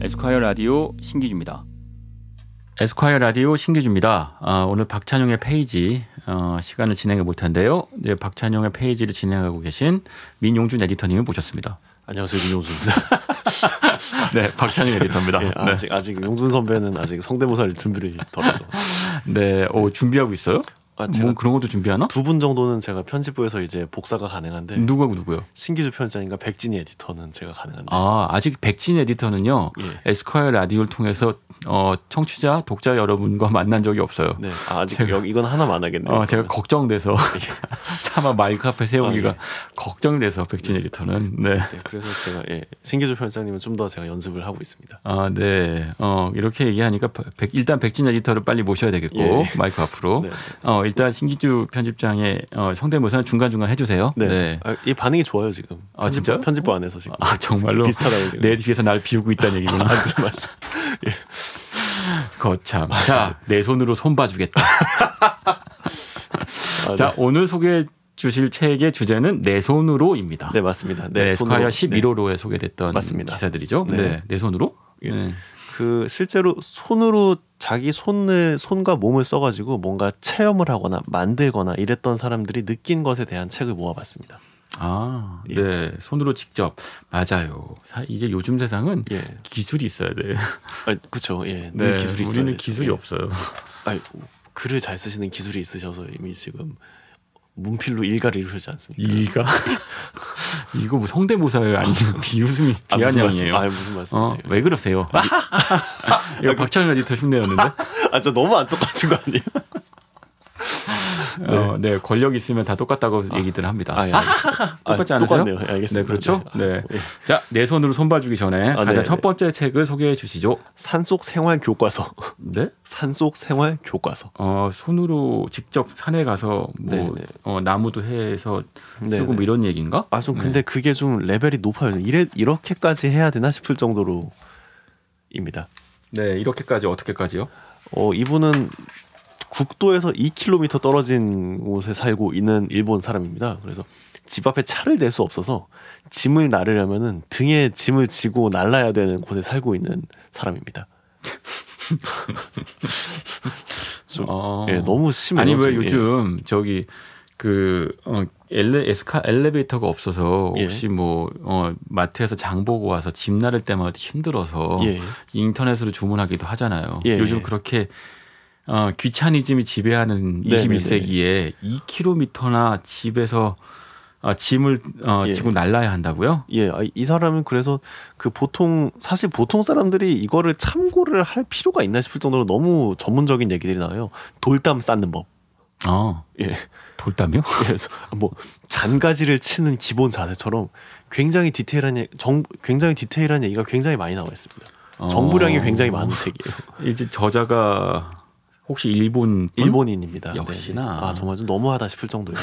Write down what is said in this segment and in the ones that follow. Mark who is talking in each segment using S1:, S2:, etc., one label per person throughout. S1: 에스콰이어 라디오 신기주입니다.
S2: 에스콰이어 라디오 신기주입니다. 아, 오늘 박찬용의 페이지 어, 시간을 진행해 볼 텐데요. 이제 박찬용의 페이지를 진행하고 계신 민용준 에디터님을 모셨습니다.
S3: 안녕하세요 민용수입니다.
S2: 네, 박찬용 에디터입니다.
S3: 예,
S2: 네.
S3: 아직 아직 용준 선배는 아직 성대모사를 준비를 덜해서
S2: 네, 오, 준비하고 있어요?
S3: 아,
S2: 뭐
S3: 제가
S2: 그런 것도 준비하나?
S3: 두 분 정도는 제가 편집부에서 이제 복사가 가능한데
S2: 누구하고 누구요?
S3: 신기주 편집장인가 백진이 에디터는 제가 가능한데
S2: 아, 아직 백진 에디터는요.
S3: 예.
S2: 에스콰이어 라디오를 통해서 어, 청취자, 독자 여러분과 만난 적이 없어요.
S3: 네 아, 직
S2: 제가-
S3: 여기 이건 하나만 하겠네요.
S2: 어, 제가
S3: 그러면.
S2: 걱정돼서
S3: 예.
S2: 차마 마이크 앞에 세우기가
S3: 아, 예.
S2: 걱정돼서 백진 에디터는 네.
S3: 네, 그래서 제가 예, 신기주 편집장님은 좀 더 제가 연습을 하고 있습니다.
S2: 아, 네. 어, 이렇게 얘기하니까 백- 일단 백진 에디터를 빨리 모셔야 되겠고
S3: 예.
S2: 마이크 앞으로.
S3: 네,
S2: 어, 일단 신기주 편집장의 어, 성대모사는 중간중간 해 주세요.
S3: 네, 아, 이 반응이 좋아요 지금.
S2: 아, 진짜요?
S3: 편집부 안에서 지금
S2: 아, 정말로
S3: 비슷하다고 지금.
S2: 내 뒤에서 날 비우고 있다는 얘기구나.
S3: 맞아 맞아.
S2: 거참. 자, 내 손으로 손 봐주겠다.
S3: 아,
S2: 자,
S3: 네.
S2: 오늘 소개해 주실 책의 주제는 내 손으로입니다.
S3: 네 맞습니다.
S2: 네, 스콰이어
S3: 손으로- 네.
S2: 11호로에 소개됐던
S3: 맞습니다.
S2: 기사들이죠. 네.
S3: 네.
S2: 내 손으로.
S3: 예.
S2: 네.
S3: 그 실제로 손으로 자기 손을 손과 몸을 써가지고 뭔가 체험을 하거나 만들거나 이랬던 사람들이 느낀 것에 대한 책을 모아봤습니다.
S2: 아,
S3: 예.
S2: 네. 손으로 직접. 맞아요. 사- 이제 요즘 세상은
S3: 예,
S2: 기술이 있어야 돼. 네,
S3: 아, 그렇죠. 예, 늘 기술이 있어요.
S2: 우리는 기술이 없어요.
S3: 아니, 글을 잘 쓰시는 기술이 있으셔서 이미 지금 문필로 일가를 이루셨지 않습니까?
S2: 이가 이거 뭐 성대모사예요? 아니면 비웃음이
S3: 아, 무슨 말씀?
S2: 비아냥이에요?
S3: 아, 무슨
S2: 어,
S3: 말씀이세요?
S2: 왜 그러세요? 이거 박찬현 에디터 흉내였는데.
S3: 아, 진짜 너무 안 똑같은 거 아니에요?
S2: 어, 네, 권력 있으면 다 똑같다고 얘기들 합니다.
S3: 아, 예, 알겠습니다.
S2: 똑같지
S3: 아,
S2: 않으세요?
S3: 똑같네요. 예, 알겠습니다.
S2: 네, 그렇죠?
S3: 아,
S2: 네.
S3: 예.
S2: 자, 내 손으로 손봐주기 전에 가장
S3: 네,
S2: 첫
S3: 네.
S2: 번째 책을 소개해 주시죠.
S3: 산속 생활 교과서.
S2: 네.
S3: 산속 생활 교과서.
S2: 어, 손으로 직접 산에 가서 뭐
S3: 네, 네.
S2: 어, 나무도 해서 쓰고
S3: 네,
S2: 뭐
S3: 네.
S2: 이런 얘기인가?
S3: 아, 좀
S2: 네.
S3: 근데 그게 좀 레벨이 높아요. 이래 이렇게까지 해야 되나 싶을 정도로입니다.
S2: 네, 이렇게까지 어떻게까지요?
S3: 어, 이분은 국도에서 2km 떨어진 곳에 살고 있는 일본 사람입니다. 그래서 집 앞에 차를 댈 수 없어서 짐을 나르려면은 등에 짐을 지고 날라야 되는 곳에 살고 있는 사람입니다. 좀,
S2: 어.
S3: 예, 너무 심해요.
S2: 아니 왜
S3: 지금.
S2: 요즘 저기 그 어, 엘레 에스카 엘리베이터가 없어서
S3: 예.
S2: 혹시 뭐 어, 마트에서 장 보고 와서 짐 나를 때마다 힘들어서
S3: 예. 예.
S2: 인터넷으로 주문하기도 하잖아요.
S3: 예,
S2: 요즘
S3: 예.
S2: 그렇게 어, 귀차니즘이 지배하는
S3: 네,
S2: 21세기에 2km나 집에서 어, 짐을 어,
S3: 예.
S2: 지고 날라야 한다고요?
S3: 예, 아, 이 사람은 그래서 그 보통 사실 보통 사람들이 이거를 참고를 할 필요가 있나 싶을 정도로 너무 전문적인 얘기들이 나와요. 돌담 쌓는 법.
S2: 어,
S3: 예.
S2: 돌담요?
S3: 그래서 뭐 잔가지를 치는 기본 자세처럼 굉장히 디테일한 얘- 정 굉장히 디테일한 얘기가 굉장히 많이 나와 있습니다. 정보량이
S2: 어.
S3: 굉장히 많은 책이에요.
S2: 이제 저자가 혹시 일본 분?
S3: 일본인입니다.
S2: 음? 역시나.
S3: 네. 아 정말 좀 너무하다 싶을 정도예요.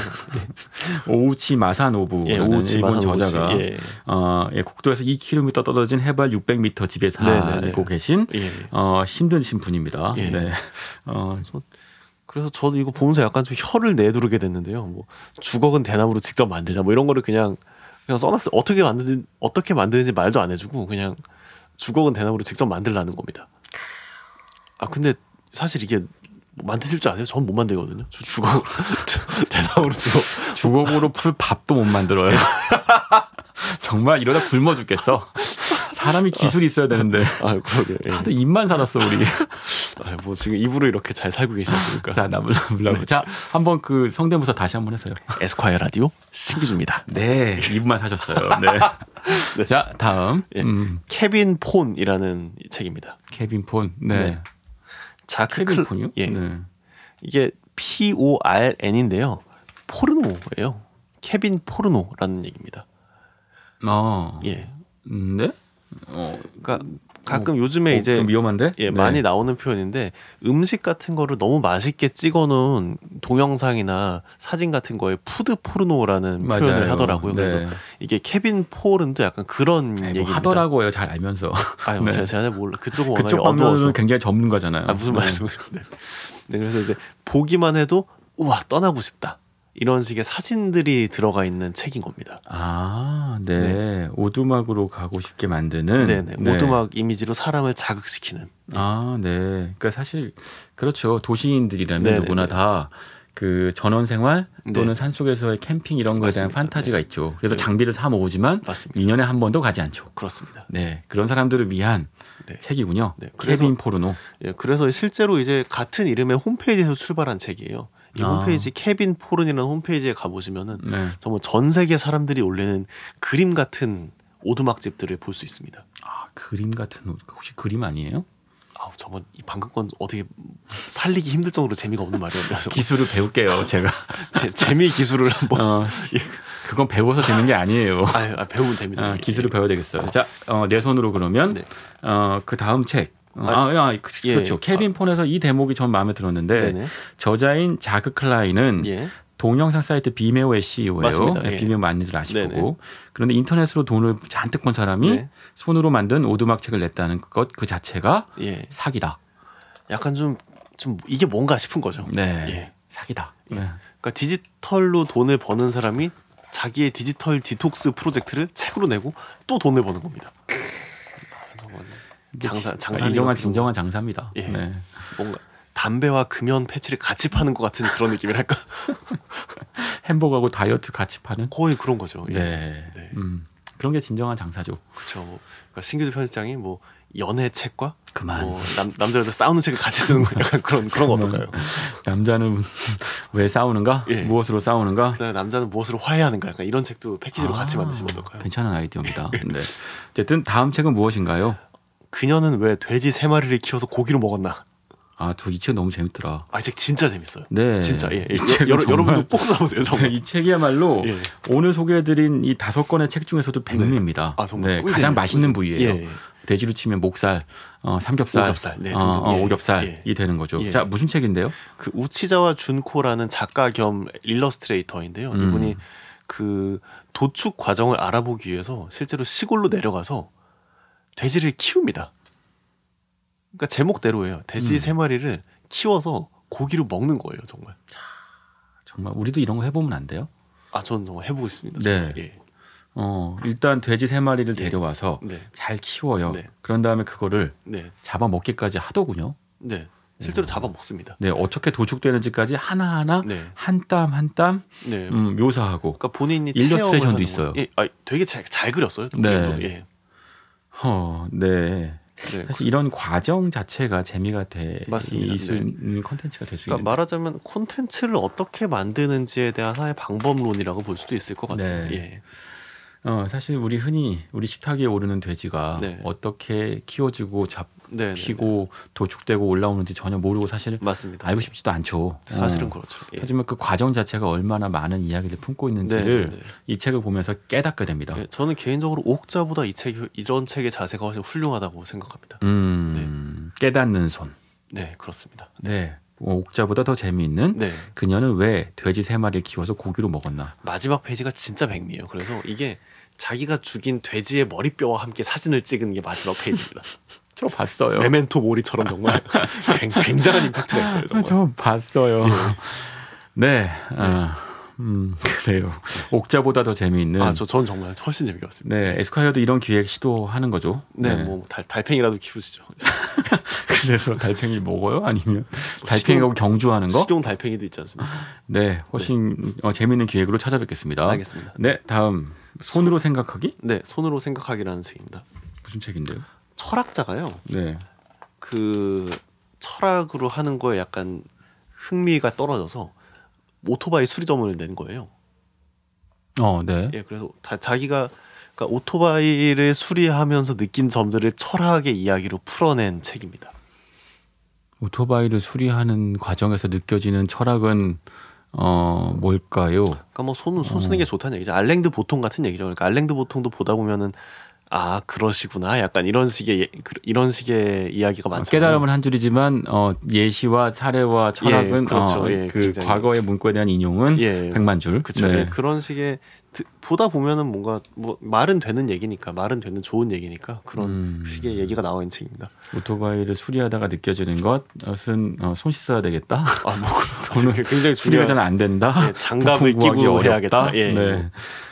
S2: 오우치 마사노부라는
S3: 예, 오우치
S2: 일본
S3: 마사노부 씨.
S2: 저자가
S3: 예,
S2: 어, 예, 국도에서 2km 떨어진 해발 600m 집에 살고
S3: 네네네.
S2: 계신
S3: 예.
S2: 어, 힘드신 분입니다.
S3: 예.
S2: 네. 어,
S3: 그래서 저도 이거 보면서 약간 좀 혀를 내두르게 됐는데요. 뭐 주걱은 대나무로 직접 만들자 뭐 이런 거를 그냥 그냥 써놨어요. 어떻게 만드는 어떻게 만드는지 말도 안 해주고 그냥 주걱은 대나무로 직접 만들라는 겁니다. 아 근데 사실 이게 뭐 만드실 줄 아세요? 전 못 만들거든요. 저 주걱 저 대나무로 주걱
S2: 주걱으로 풀 밥도 못 만들어요. 정말 이러다 굶어 죽겠어. 사람이 기술이 있어야 되는데
S3: 아 그러게.
S2: 다들 입만 살았어 우리.
S3: 아뭐 지금 입으로 이렇게 잘 살고 계시않습니까
S2: 자 나불나불나불. 자 한번 그 성대모사 다시 한번 해서요.
S3: 에스콰이어 라디오 신기주입니다.
S2: 네, 입만 사셨어요. 네.
S3: 네.
S2: 자 다음
S3: 예.
S2: 음,
S3: 케빈 폰이라는 책입니다.
S2: 케빈 폰. 네.
S3: 네. 자크
S2: 케빈
S3: 클-
S2: 폰이요?
S3: 예.
S2: 네.
S3: 이게 P O R N인데요. 포르노예요. 케빈 포르노라는 얘기입니다.
S2: 어.
S3: 예.
S2: 음, 네. 어,
S3: 그러니까 가끔 요즘에
S2: 어,
S3: 이제
S2: 좀 위험한데?
S3: 예,
S2: 네.
S3: 많이 나오는 표현인데 음식 같은 거를 너무 맛있게 찍어 놓은 동영상이나 사진 같은 거에 푸드 포르노라는
S2: 맞아요.
S3: 표현을 하더라고요.
S2: 네.
S3: 그래서 이게 케빈 포른도 약간 그런
S2: 아니, 뭐
S3: 얘기입니다.
S2: 하더라고요. 잘 알면서.
S3: 아유,
S2: 네.
S3: 제가 잘 몰라. 그쪽은 워낙에
S2: 그쪽
S3: 어두워서.
S2: 방면은 굉장히 전문가잖아요.
S3: 아 무슨
S2: 네.
S3: 말씀을? 네. 네, 그래서 이제 보기만 해도 우와 떠나고 싶다. 이런 식의 사진들이 들어가 있는 책인 겁니다.
S2: 아, 네. 오두막으로 가고 싶게 만드는
S3: 네네.
S2: 네.
S3: 오두막 이미지로 사람을 자극시키는.
S2: 아, 네. 그러니까 사실 그렇죠. 도시인들이라면
S3: 네네네.
S2: 누구나 다 그 전원 생활 또는
S3: 네.
S2: 산속에서의 캠핑 이런 거에 대한
S3: 맞습니다.
S2: 판타지가 있죠. 그래서
S3: 네.
S2: 장비를 사 모으지만
S3: 맞습니다.
S2: 2년에 한 번도 가지 않죠.
S3: 그렇습니다.
S2: 네. 그런 사람들을 위한
S3: 네.
S2: 책이군요.
S3: 네, 그래서-
S2: 케빈 포르노.
S3: 예, 그래서 실제로 이제 같은 이름의 홈페이지에서 출발한 책이에요. 이
S2: 아.
S3: 홈페이지 케빈 포른이라는 홈페이지에 가보시면은
S2: 네.
S3: 정말 전 세계 사람들이 올리는 그림 같은 오두막집들을 볼 수 있습니다.
S2: 아, 그림 같은 옷. 혹시 그림 아니에요?
S3: 아우 저건 이 방금 건 어떻게 살리기 힘들 정도로 재미가 없는 말이었네요. 저건.
S2: 기술을 배울게요, 제가.
S3: 제- 재미 기술을 한번
S2: 어, 그건 배워서 되는 게 아니에요.
S3: 아유, 아, 배우면 됩니다.
S2: 아,
S3: 예,
S2: 기술을 배워야 되겠어요. 자, 어, 내 손으로 그러면
S3: 네.
S2: 어, 그 다음 책. 어, 아, 야, 그,
S3: 예,
S2: 그렇죠.
S3: 예.
S2: 케빈 폰에서 이 대목이 전 마음에 들었는데
S3: 예. 네네.
S2: 저자인 자크 클라인은
S3: 예.
S2: 동영상 사이트 비메오의 CEO예요. 네,
S3: 맞습니다. 예.
S2: 비메오 많이들 아실
S3: 네네.
S2: 거고. 그런데 인터넷으로 돈을 잔뜩 번 사람이
S3: 네.
S2: 손으로 만든 오두막 책을 냈다는 것 그 자체가
S3: 예.
S2: 사기다.
S3: 약간 좀 좀 이게 뭔가 싶은 거죠.
S2: 네,
S3: 예.
S2: 사기다.
S3: 예.
S2: 네.
S3: 그러니까 디지털로 돈을 버는 사람이 자기의 디지털 디톡스 프로젝트를 책으로 내고 또 돈을 버는 겁니다. 아, 저건 장사 장사
S2: 아, 이정한 진정한 장사입니다.
S3: 예.
S2: 네.
S3: 뭔가 담배와 금연 패치를 같이 파는 것 같은 그런 느낌이랄까
S2: 햄버거하고 다이어트 같이 파는.
S3: 거의 그런 거죠. 예.
S2: 네.
S3: 네.
S2: 음. 그런 게 진정한 장사죠.
S3: 그렇죠. 뭐, 그러니까 신규주 편집장이 뭐 연애 책과
S2: 그만.
S3: 뭐 남, 남자 여자 싸우는 책을 같이 쓰는 거 약간 그런 그런 거 어떨까요?
S2: 남자는 왜 싸우는가?
S3: 예.
S2: 무엇으로 싸우는가?
S3: 그다음에 네, 남자는 무엇으로 화해하는가 약간 이런 책도 패키지로
S2: 아,
S3: 같이 만드시면 어떨까요?
S2: 괜찮은 아이디어입니다. 네. 어쨌든 다음 책은 무엇인가요?
S3: 그녀는 왜 돼지 세 마리를 키워서 고기로 먹었나?
S2: 아, 저 이 책 너무 재밌더라.
S3: 아 이 책 진짜 재밌어요.
S2: 네.
S3: 진짜 예. 예.
S2: 이 책은
S3: 여,
S2: 정말- 네.
S3: 러분도꼭 사보세요. 정말.
S2: 이 책이야말로
S3: 예.
S2: 오늘 소개해드린 이 다섯 권의 책 중에서도 백미입니다. 네,
S3: 아 정말 꿀잼이에요,
S2: 가장 맛있는
S3: 꿀잼.
S2: 부위예요.
S3: 예, 예.
S2: 돼지로 치면 목살, 어, 삼겹살,
S3: 오겹살, 네,
S2: 어, 어,
S3: 등등. 예,
S2: 오겹살이
S3: 예.
S2: 되는 거죠.
S3: 예.
S2: 자, 무슨 책인데요?
S3: 그 우치자와 준코라는 작가 겸 일러스트레이터인데요.
S2: 음.
S3: 이분이 그 도축 과정을 알아보기 위해서 실제로 시골로 내려가서 돼지를 키웁니다. 그러니까 제목대로예요. 돼지
S2: 음.
S3: 세 마리를 키워서 고기로 먹는 거예요, 정말.
S2: 정말 우리도 이런 거 해보면 안 돼요?
S3: 아, 저는 정말 해보고 있습니다.
S2: 네.
S3: 정말. 예.
S2: 어, 일단 돼지 세 마리를
S3: 예.
S2: 데려와서
S3: 네.
S2: 잘 키워요.
S3: 네.
S2: 그런 다음에 그거를
S3: 네.
S2: 잡아먹기까지 하더군요.
S3: 네. 실제로 잡아 먹습니다.
S2: 네, 어떻게 도축되는지까지 하나하나
S3: 네.
S2: 한 땀 한 땀
S3: 네.
S2: 음, 묘사하고
S3: 그러니까 본인이
S2: 일러스트레이션도
S3: 체험을 하는
S2: 있어요.
S3: 거예요. 예. 아, 되게 잘, 잘 그렸어요.
S2: 네.
S3: 그림도. 예.
S2: 어, 네.
S3: 네.
S2: 사실 이런 과정 자체가 재미가 될 수
S3: 맞습니다. 네.
S2: 있는 컨텐츠가 될 수
S3: 그러니까
S2: 있는
S3: 말하자면 콘텐츠를 어떻게 만드는지에 대한 하나의 방법론이라고 볼 수도 있을 것 같아요.
S2: 네.
S3: 예.
S2: 어, 사실 우리 흔히 우리 식탁 위에 오르는 돼지가
S3: 네.
S2: 어떻게 키워지고 잡히고
S3: 네, 네,
S2: 도축되고 올라오는지 전혀 모르고 사실
S3: 네. 맞습니다.
S2: 알고 싶지도 않죠.
S3: 사실은
S2: 어.
S3: 그렇죠. 예.
S2: 하지만 그 과정 자체가 얼마나 많은 이야기를 품고
S3: 네,
S2: 있는지를
S3: 네, 네.
S2: 이 책을 보면서 깨닫게 됩니다.
S3: 예, 저는 개인적으로 옥자보다 이 책, 이런 책의 자세가 훨씬 훌륭하다고 생각합니다.
S2: 음, 깨닫는 손.
S3: 네, 그렇습니다.
S2: 네. 어, 옥자보다 더 재미있는
S3: 네,
S2: 그녀는 왜 돼지 세 마리를 키워서 고기로 먹었나?
S3: 마지막 페이지가 진짜 백미예요. 그래서 이게 자기가 죽인 돼지의 머리뼈와 함께 사진을 찍은 게 마지막 페이지입니다.
S2: 저 봤어요.
S3: 메멘토 모리처럼 정말 굉- 굉장한 임팩트가 있어요.
S2: 아,
S3: 정말.
S2: 저 봤어요. 네. 아, 음, 그래요. 옥자보다 더 재미있는.
S3: 아, 저, 전 정말 훨씬 재미가 왔습니다.
S2: 네, 에스콰이어도 이런 기획 시도하는 거죠.
S3: 네, 뭐 달, 달팽이라도 키우시죠.
S2: 그래서 달팽이 먹어요? 아니면 달팽이하고 경주하는 거?
S3: 식용 달팽이도 있지 않습니까?
S2: 네, 훨씬 어, 재미있는 기획으로 찾아뵙겠습니다.
S3: 알겠습니다.
S2: 네, 다음 손으로 생각하기
S3: 네, 손으로 생각하기라는 책입니다.
S2: 무슨 책인데요?
S3: 철학자가요.
S2: 네,
S3: 그 철학으로 하는 거에 약간 흥미가 떨어져서 오토바이 수리점을 낸 거예요.
S2: 어, 네,
S3: 예, 그래서 다, 자기가 그러니까 오토바이를 수리하면서 느낀 점들을 철학의 이야기로 풀어낸 책입니다.
S2: 오토바이를 수리하는 과정에서 느껴지는 철학은 어 뭘까요? 어.
S3: 그러니까 뭐 손, 손 쓰는 게 좋다는 얘기죠. 알랭드 보통 같은 얘기죠. 그러니까 알랭드 보통도 보다 보면은 아 그러시구나 약간 이런 식의 예- 그- 이런 식의 이야기가 많잖아요.
S2: 깨달음은 한 줄이지만 어, 예시와 사례와 철학은
S3: 그렇죠.
S2: 어,
S3: 예,
S2: 그
S3: 굉장히.
S2: 과거의 문구에 대한 인용은
S3: 예, 예.
S2: 백만 줄.
S3: 그쵸.
S2: 네.
S3: 예, 그런 식의 드- 보다 보면은 뭔가 뭐 말은 되는 얘기니까 말은 되는 좋은 얘기니까 그런
S2: 음.
S3: 식의 얘기가 나와 있는 책입니다.
S2: 오토바이를 수리하다가 느껴지는 것은 어, 손 씻어야 되겠다.
S3: 아, 뭐
S2: 돈을
S3: 굉장히
S2: 수리가
S3: 중요한
S2: 잘 안 된다.
S3: 예, 장갑을
S2: 아, 부품 구하기
S3: 끼고
S2: 어렵다.
S3: 해야겠다. 예,
S2: 네.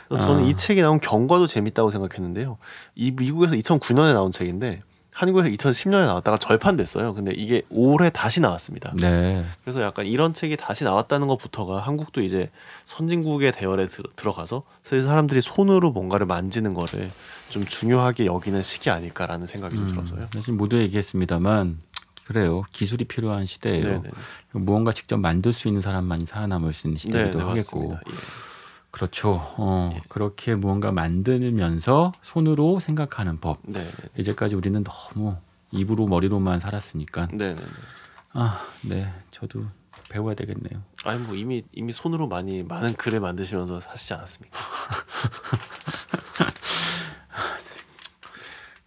S3: 그래서 저는
S2: 아.
S3: 이 책에 나온 경과도 재밌다고 생각했는데요. 이 미국에서 2009년에 나온 책인데 한국에서 2010년에 나왔다가 절판됐어요. 근데 이게 올해 다시 나왔습니다.
S2: 네.
S3: 그래서 약간 이런 책이 다시 나왔다는 것부터가 한국도 이제 선진국의 대열에 들, 어가서 사람들이 손으로 뭔가를 만지는 거를 좀 중요하게 여기는 시기 아닐까라는 생각이
S2: 음.
S3: 좀 음, 들어서요.
S2: 사실 모두 얘기했습니다만 그래요. 기술이 필요한 시대예요.
S3: 네네.
S2: 무언가 직접 만들 수 있는 사람만이 살아남을 수 있는
S3: 네네,
S2: 시대기도 하겠고
S3: 맞습니다. 예.
S2: 그렇죠. 어, 그렇게 무언가 만들면서 손으로 생각하는 법.
S3: 네네.
S2: 이제까지 우리는 너무 입으로 머리로만 살았으니까
S3: 네네.
S2: 아, 네. 저도 배워야 되겠네요.
S3: 아니 뭐 이미 이미 손으로 많이 많은 글을 만드시면서 하시지 않았습니까?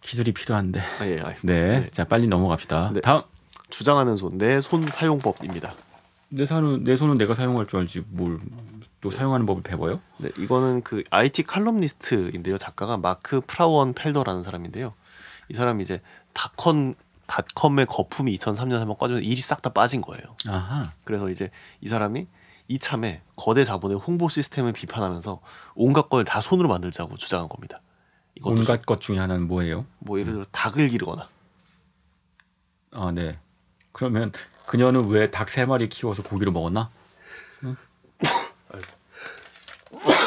S2: 기술이 필요한데.
S3: 아, 예, 아이,
S2: 네.
S3: 네.
S2: 자, 빨리 넘어갑시다.
S3: 네.
S2: 다음.
S3: 주장하는 손, 내 손 사용법입니다.
S2: 내 손은 내 손은 내가 사용할 줄 알지 뭘 또 사용하는 법을 배워요?
S3: 네, 이거는 그 IT 칼럼니스트인데요. 작가가 마크 프라원 펠더라는 사람인데요. 이 사람이 이제 닷컴 닷컴의 거품이 2003년 한번 꺼지면서 일이 싹 다 빠진 거예요.
S2: 아하.
S3: 그래서 이제 이 사람이 이참에 거대 자본의 홍보 시스템을 비판하면서 온갖 걸 다 손으로 만들자고 주장한 겁니다. 이것도
S2: 온갖 것 중에 하나는 뭐예요?
S3: 뭐 예를 들어 닭을 기르거나
S2: 아, 네. 그러면 그녀는 왜 닭 세 마리 키워서 고기를 먹었나?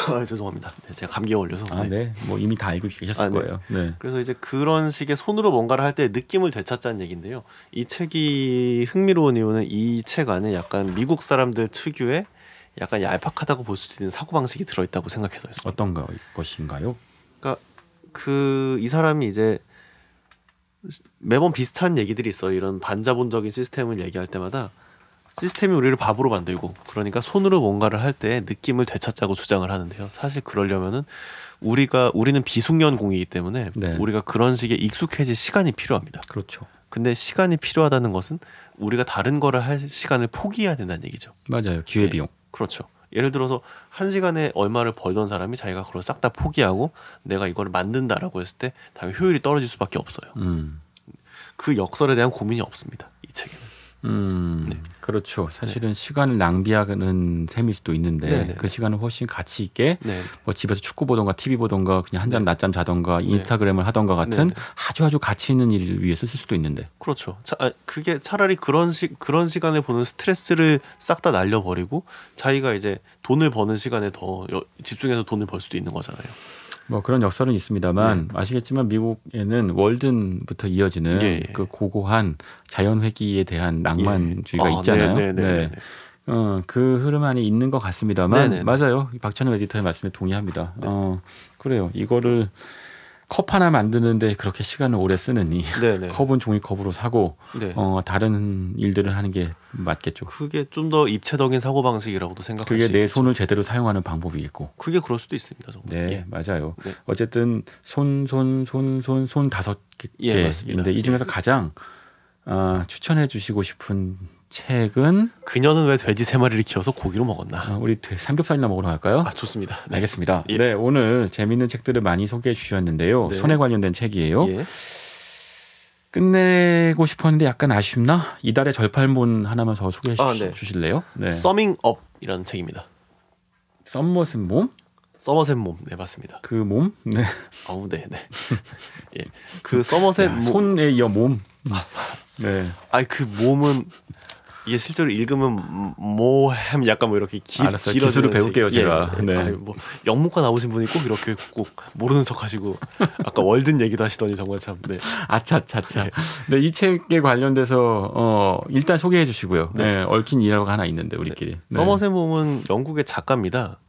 S3: 아, 죄송합니다. 네, 제가 감기에 걸려서.
S2: 아,
S3: 네.
S2: 네. 뭐 이미 다 알고 계셨을
S3: 아, 네.
S2: 거예요. 네.
S3: 그래서 이제 그런 식의 손으로 뭔가를 할 때 느낌을 되찾자는 얘기인데요. 이 책이 흥미로운 이유는 이 책 안에 약간 미국 사람들 특유의 약간 얄팍하다고 볼 수도 있는 사고 방식이 들어있다고 생각해서였습니다.
S2: 어떤 거- 것인가요?
S3: 그러니까 그 이 사람이 이제 매번 비슷한 얘기들이 있어요. 이런 반자본적인 시스템을 얘기할 때마다 시스템이 우리를 바보로 만들고 그러니까 손으로 뭔가를 할 때 느낌을 되찾자고 주장을 하는데요. 사실 그러려면은 우리가 우리는 비숙련공이기 때문에
S2: 네.
S3: 우리가 그런 식의 익숙해질 시간이 필요합니다.
S2: 그렇죠.
S3: 근데 시간이 필요하다는 것은 우리가 다른 거를 할 시간을 포기해야 된다는 얘기죠.
S2: 맞아요. 기회 비용.
S3: 그렇죠. 예를 들어서 한 시간에 얼마를 벌던 사람이 자기가 그걸 싹 다 포기하고 내가 이걸 만든다라고 했을 때 당연히 효율이 떨어질 수밖에 없어요.
S2: 음.
S3: 그 역설에 대한 고민이 없습니다. 이 책에는.
S2: 음.
S3: 네.
S2: 그렇죠. 사실은 시간을 낭비하는 셈일 수도 있는데
S3: 네, 네,
S2: 그 시간을 훨씬 가치 있게
S3: 네.
S2: 뭐 집에서 축구 보던가 TV 보던가 그냥 한잠 낮잠 자던가
S3: 네.
S2: 인스타그램을 하던가 같은
S3: 네, 네.
S2: 아주 아주 가치 있는 일을 위해서 쓸 수도 있는데.
S3: 그렇죠. 차, 아, 그게 차라리 그런 시, 그런 시간에 보는 스트레스를 싹 다 날려버리고 자기가 이제 돈을 버는 시간에 더 여- 집중해서 돈을 벌 수도 있는 거잖아요.
S2: 뭐 그런 역설은 있습니다만 아시겠지만 미국에는 월든부터 이어지는
S3: 네. 예, 예.
S2: 그 고고한 자연 회기에 대한 낭만주의가
S3: 예. 아,
S2: 있잖아요.
S3: 네, 네, 네, 네.
S2: 네. 어, 그 흐름 안에 있는 것 같습니다만
S3: 네네. 네.
S2: 맞아요. 이 박찬호 에디터의 말씀에 동의합니다. 어, 그래요. 이거를 컵 하나 만드는데 그렇게 시간을 오래 쓰느니
S3: 네, 네.
S2: 컵은 종이컵으로 사고
S3: 네.
S2: 어, 다른 일들을 하는 게 맞겠죠.
S3: 그게 좀 더 입체적인 사고 방식이라고도 생각할
S2: 그게
S3: 수
S2: 내
S3: 있죠.
S2: 손을 제대로 사용하는 방법이겠고.
S3: 그게 그럴 수도 있습니다. 정말.
S2: 네,
S3: 예.
S2: 맞아요.
S3: 네.
S2: 어쨌든 손 손 손 손 손 다섯
S3: 예,
S2: 개인데
S3: 맞습니다.
S2: 이 중에서 가장 아, 추천해 주시고 싶은 책은
S3: 그녀는 왜 돼지 세 마리를 키워서 고기로 먹었나?
S2: 아, 우리 돼- 삼겹살이나 먹으러 갈까요?
S3: 아 좋습니다. 네.
S2: 알겠습니다.
S3: 예.
S2: 네, 오늘 재미있는 책들을 많이 소개해 주셨는데요.
S3: 네.
S2: 손에 관련된 책이에요.
S3: 예.
S2: 끝내고 싶었는데 약간 아쉽나? 이달의 절판본 하나만 더 소개해
S3: 아,
S2: 주,
S3: 네.
S2: 실래요 네.
S3: 서밍 업이라는 책입니다.
S2: 썸머슨 몸?
S3: 서머셋 몸, 네 맞습니다.
S2: 그 몸? 네.
S3: 어우, 네, 네. 예, 그 서머셋
S2: 야,
S3: 몸,
S2: 아, 손에 이어 몸. 네.
S3: 아니 그 몸은 이게 실제로 읽으면 모햄 약간 뭐 이렇게 길,
S2: 알았어요. 기술을 배울게요, 제가. 네.
S3: 아니, 뭐 영문과 나오신 분이 꼭 이렇게 꼭 모르는 척하시고 아까 월든 얘기도 하시더니 정말 참, 네, 예.
S2: 아차차차. 네, 이 책에 관련돼서 어, 일단 소개해 주시고요. 네. 얽힌 일화가 하나 있는데 우리끼리. 네.
S3: 서머셋 몸은 영국의 작가입니다.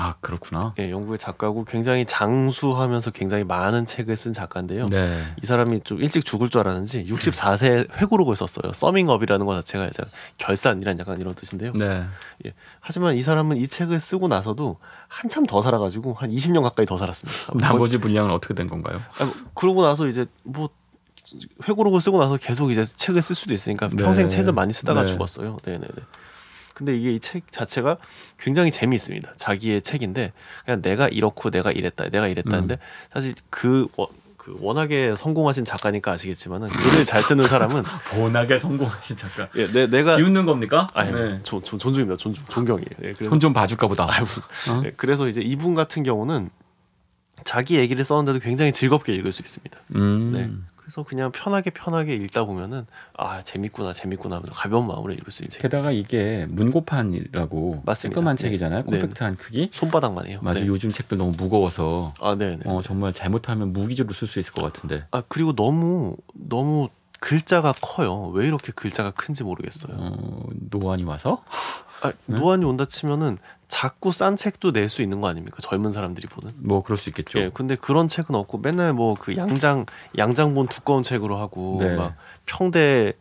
S2: 아 그렇구나.
S3: 예, 영국의 작가고 굉장히 장수하면서 굉장히 많은 책을 쓴 작가인데요.
S2: 네.
S3: 이 사람이 좀 일찍 죽을 줄 알았는지 64세 회고록을 썼어요. 서밍업이라는 것 자체가 이제 결산이란 약간 이런 뜻인데요. 예.
S2: 네.
S3: 하지만 이 사람은 이 책을 쓰고 나서도 한참 더 살아가지고 한 20년 가까이 더 살았습니다.
S2: 나머지 분량은 어떻게 된 건가요?
S3: 아니, 뭐, 그러고 나서 이제 뭐 회고록을 쓰고 나서 계속 이제 책을 쓸 수도 있으니까
S2: 네.
S3: 평생 책을 많이 쓰다가
S2: 네.
S3: 죽었어요. 네네네. 근데 이게 이 책 자체가 굉장히 재미있습니다. 자기의 책인데 그냥 내가 이렇고 내가 이랬다, 내가 이랬다는데
S2: 음.
S3: 사실 그, 워- 그 워낙에 성공하신 작가니까 아시겠지만은 글을 잘 쓰는 사람은
S2: 번하게 성공하신 작가.
S3: 예, 내, 내가
S2: 비웃는 겁니까?
S3: 아니
S2: 네.
S3: 존, 존, 존중입니다. 존중, 존경이에요. 예, 그래서
S2: 손좀 봐줄까 보다.
S3: 아이 무슨
S2: 어?
S3: 예, 그래서 이제 이분 같은 경우는 자기 얘기를 썼는데도 굉장히 즐겁게 읽을 수 있습니다.
S2: 음.
S3: 네. 그래서 그냥 편하게 편하게 읽다 보면은 아 재밌구나 재밌구나 하면서 가벼운 마음으로 읽을 수 있는 책.
S2: 게다가 이게 문고판이라고
S3: 맞습니다.
S2: 깔끔한
S3: 네.
S2: 책이잖아요.
S3: 네.
S2: 콤팩트한 크기.
S3: 손바닥만이에요.
S2: 맞아.
S3: 네.
S2: 요즘 책들 너무 무거워서
S3: 아 네네.
S2: 어, 정말 잘못하면 무기질로 쓸 수 있을 것 같은데.
S3: 아 그리고 너무 너무 글자가 커요. 왜 이렇게 글자가 큰지 모르겠어요.
S2: 어, 네? 노안이 와서
S3: 아, 노안이 온다 치면은 작고 싼 책도 낼 수 있는 거 아닙니까? 젊은 사람들이 보는.
S2: 뭐 그럴 수 있겠죠.
S3: 예, 근데 그런 책은 없고 맨날 뭐 그 양장 양장본 두꺼운 책으로 하고
S2: 네.
S3: 막 평대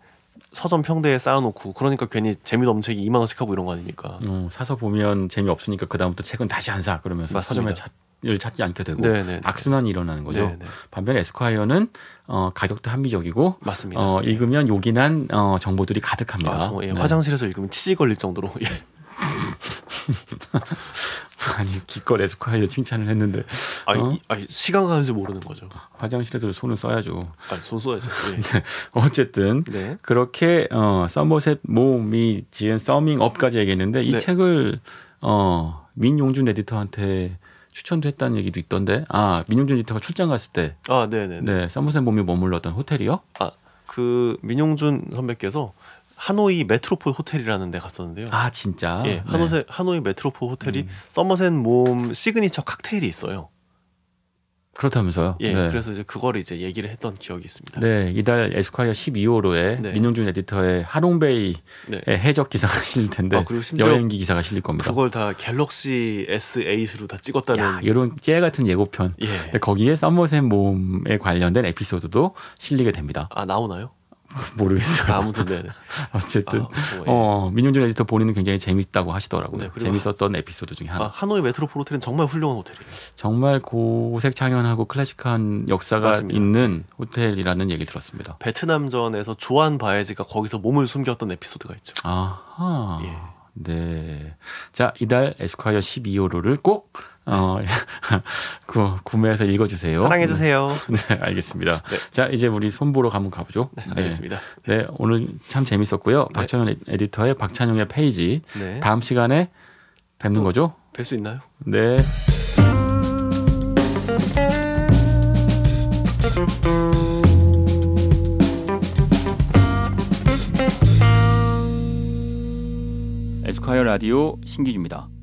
S3: 서점 평대에 쌓아놓고 그러니까 괜히 재미도 없는 책이 2만 원씩 하고 이런 거 아닙니까?
S2: 어, 사서 보면 재미 없으니까 그 다음부터 책은 다시 안 사. 그러면서
S3: 맞습니다.
S2: 서점에 찾을 찾지 않게 되고
S3: 네네.
S2: 악순환이 일어나는 거죠.
S3: 네네.
S2: 반면에 에스콰이어는 어, 가격도 합리적이고
S3: 맞습니다.
S2: 어, 읽으면 요긴한 어, 정보들이 가득합니다.
S3: 아, 저, 예,
S2: 네.
S3: 화장실에서 읽으면 치질 걸릴 정도로 예.
S2: 아니 기껏 에스콰이어 칭찬을 했는데
S3: 아니,
S2: 어? 아.
S3: 이- 아니, 시간 가는 줄 모르는 거죠.
S2: 화장실에서 손을 써야죠.
S3: 아니, 손 쏘야죠.
S2: 네. 어쨌든
S3: 예. 네.
S2: 그렇게 어, 서머셋 모음이 지은 서밍업까지 얘기했는데 이
S3: 네.
S2: 책을 어, 민용준 에디터한테 추천도 했다는 얘기도 있던데 아 민용준 에디터가 출장 갔을 때
S3: 아, 네네네.
S2: 네, 서머셋 몸이 머물렀던 호텔이요?
S3: 아, 그 민용준 선배께서 하노이 메트로폴 호텔이라는 데 갔었는데요.
S2: 아, 음. 진짜?
S3: 예, 하노세, 하노이 메트로폴 호텔이 서머셋 모음 시그니처 칵테일이 있어요.
S2: 그렇다면서요?
S3: 예,
S2: 네.
S3: 그래서 이제 그거를 이제 얘기를 했던 기억이 있습니다.
S2: 네, 이달 에스콰이어 12호로에
S3: 네.
S2: 민용준 에디터의 하롱베이의
S3: 네.
S2: 해적 기사가 실릴 텐데
S3: 아, 그리고 심지어
S2: 여행기 기사가 실릴 겁니다.
S3: 그걸 다 갤럭시 S8으로 다 찍었다는
S2: 야, 네. 이런 깨 같은 예고편.
S3: 예.
S2: 근데 거기에 썸머셋 모음에 관련된 에피소드도 실리게 됩니다.
S3: 아, 나오나요?
S2: 모르겠어요.
S3: 아, 아무튼 네. 네. 아,
S2: 어쨌든
S3: 뭐, 예.
S2: 어, 민용준 에디터 본인은 굉장히 재밌다고 하시더라고요.
S3: 네, 그리고-
S2: 재밌었던 에피소드 중에 하나.
S3: 아, 하노이 메트로폴 호텔은 정말 훌륭한 호텔이에요.
S2: 정말 고색 창연하고 클래식한 역사가
S3: 맞습니다.
S2: 있는 호텔이라는 얘기를 들었습니다.
S3: 베트남전에서 조한 바에즈가 거기서 몸을 숨겼던 에피소드가 있죠.
S2: 아하.
S3: 예.
S2: 네. 자, 이달 에스콰이어 12호로를 꼭 어, 구, 구매해서 읽어주세요.
S3: 사랑해주세요.
S2: 네, 네, 알겠습니다.
S3: 네.
S2: 자, 이제 우리 손보러 가면 가보죠.
S3: 네, 알겠습니다.
S2: 네, 오늘 참 재밌었고요.
S1: 네.
S2: 박찬용 에- 에디터의 박찬용의 페이지.
S3: 네.
S2: 다음 시간에 뵙는 거죠?
S3: 뵐 수 있나요?
S2: 네.
S1: 에스콰이어 라디오 신기주입니다.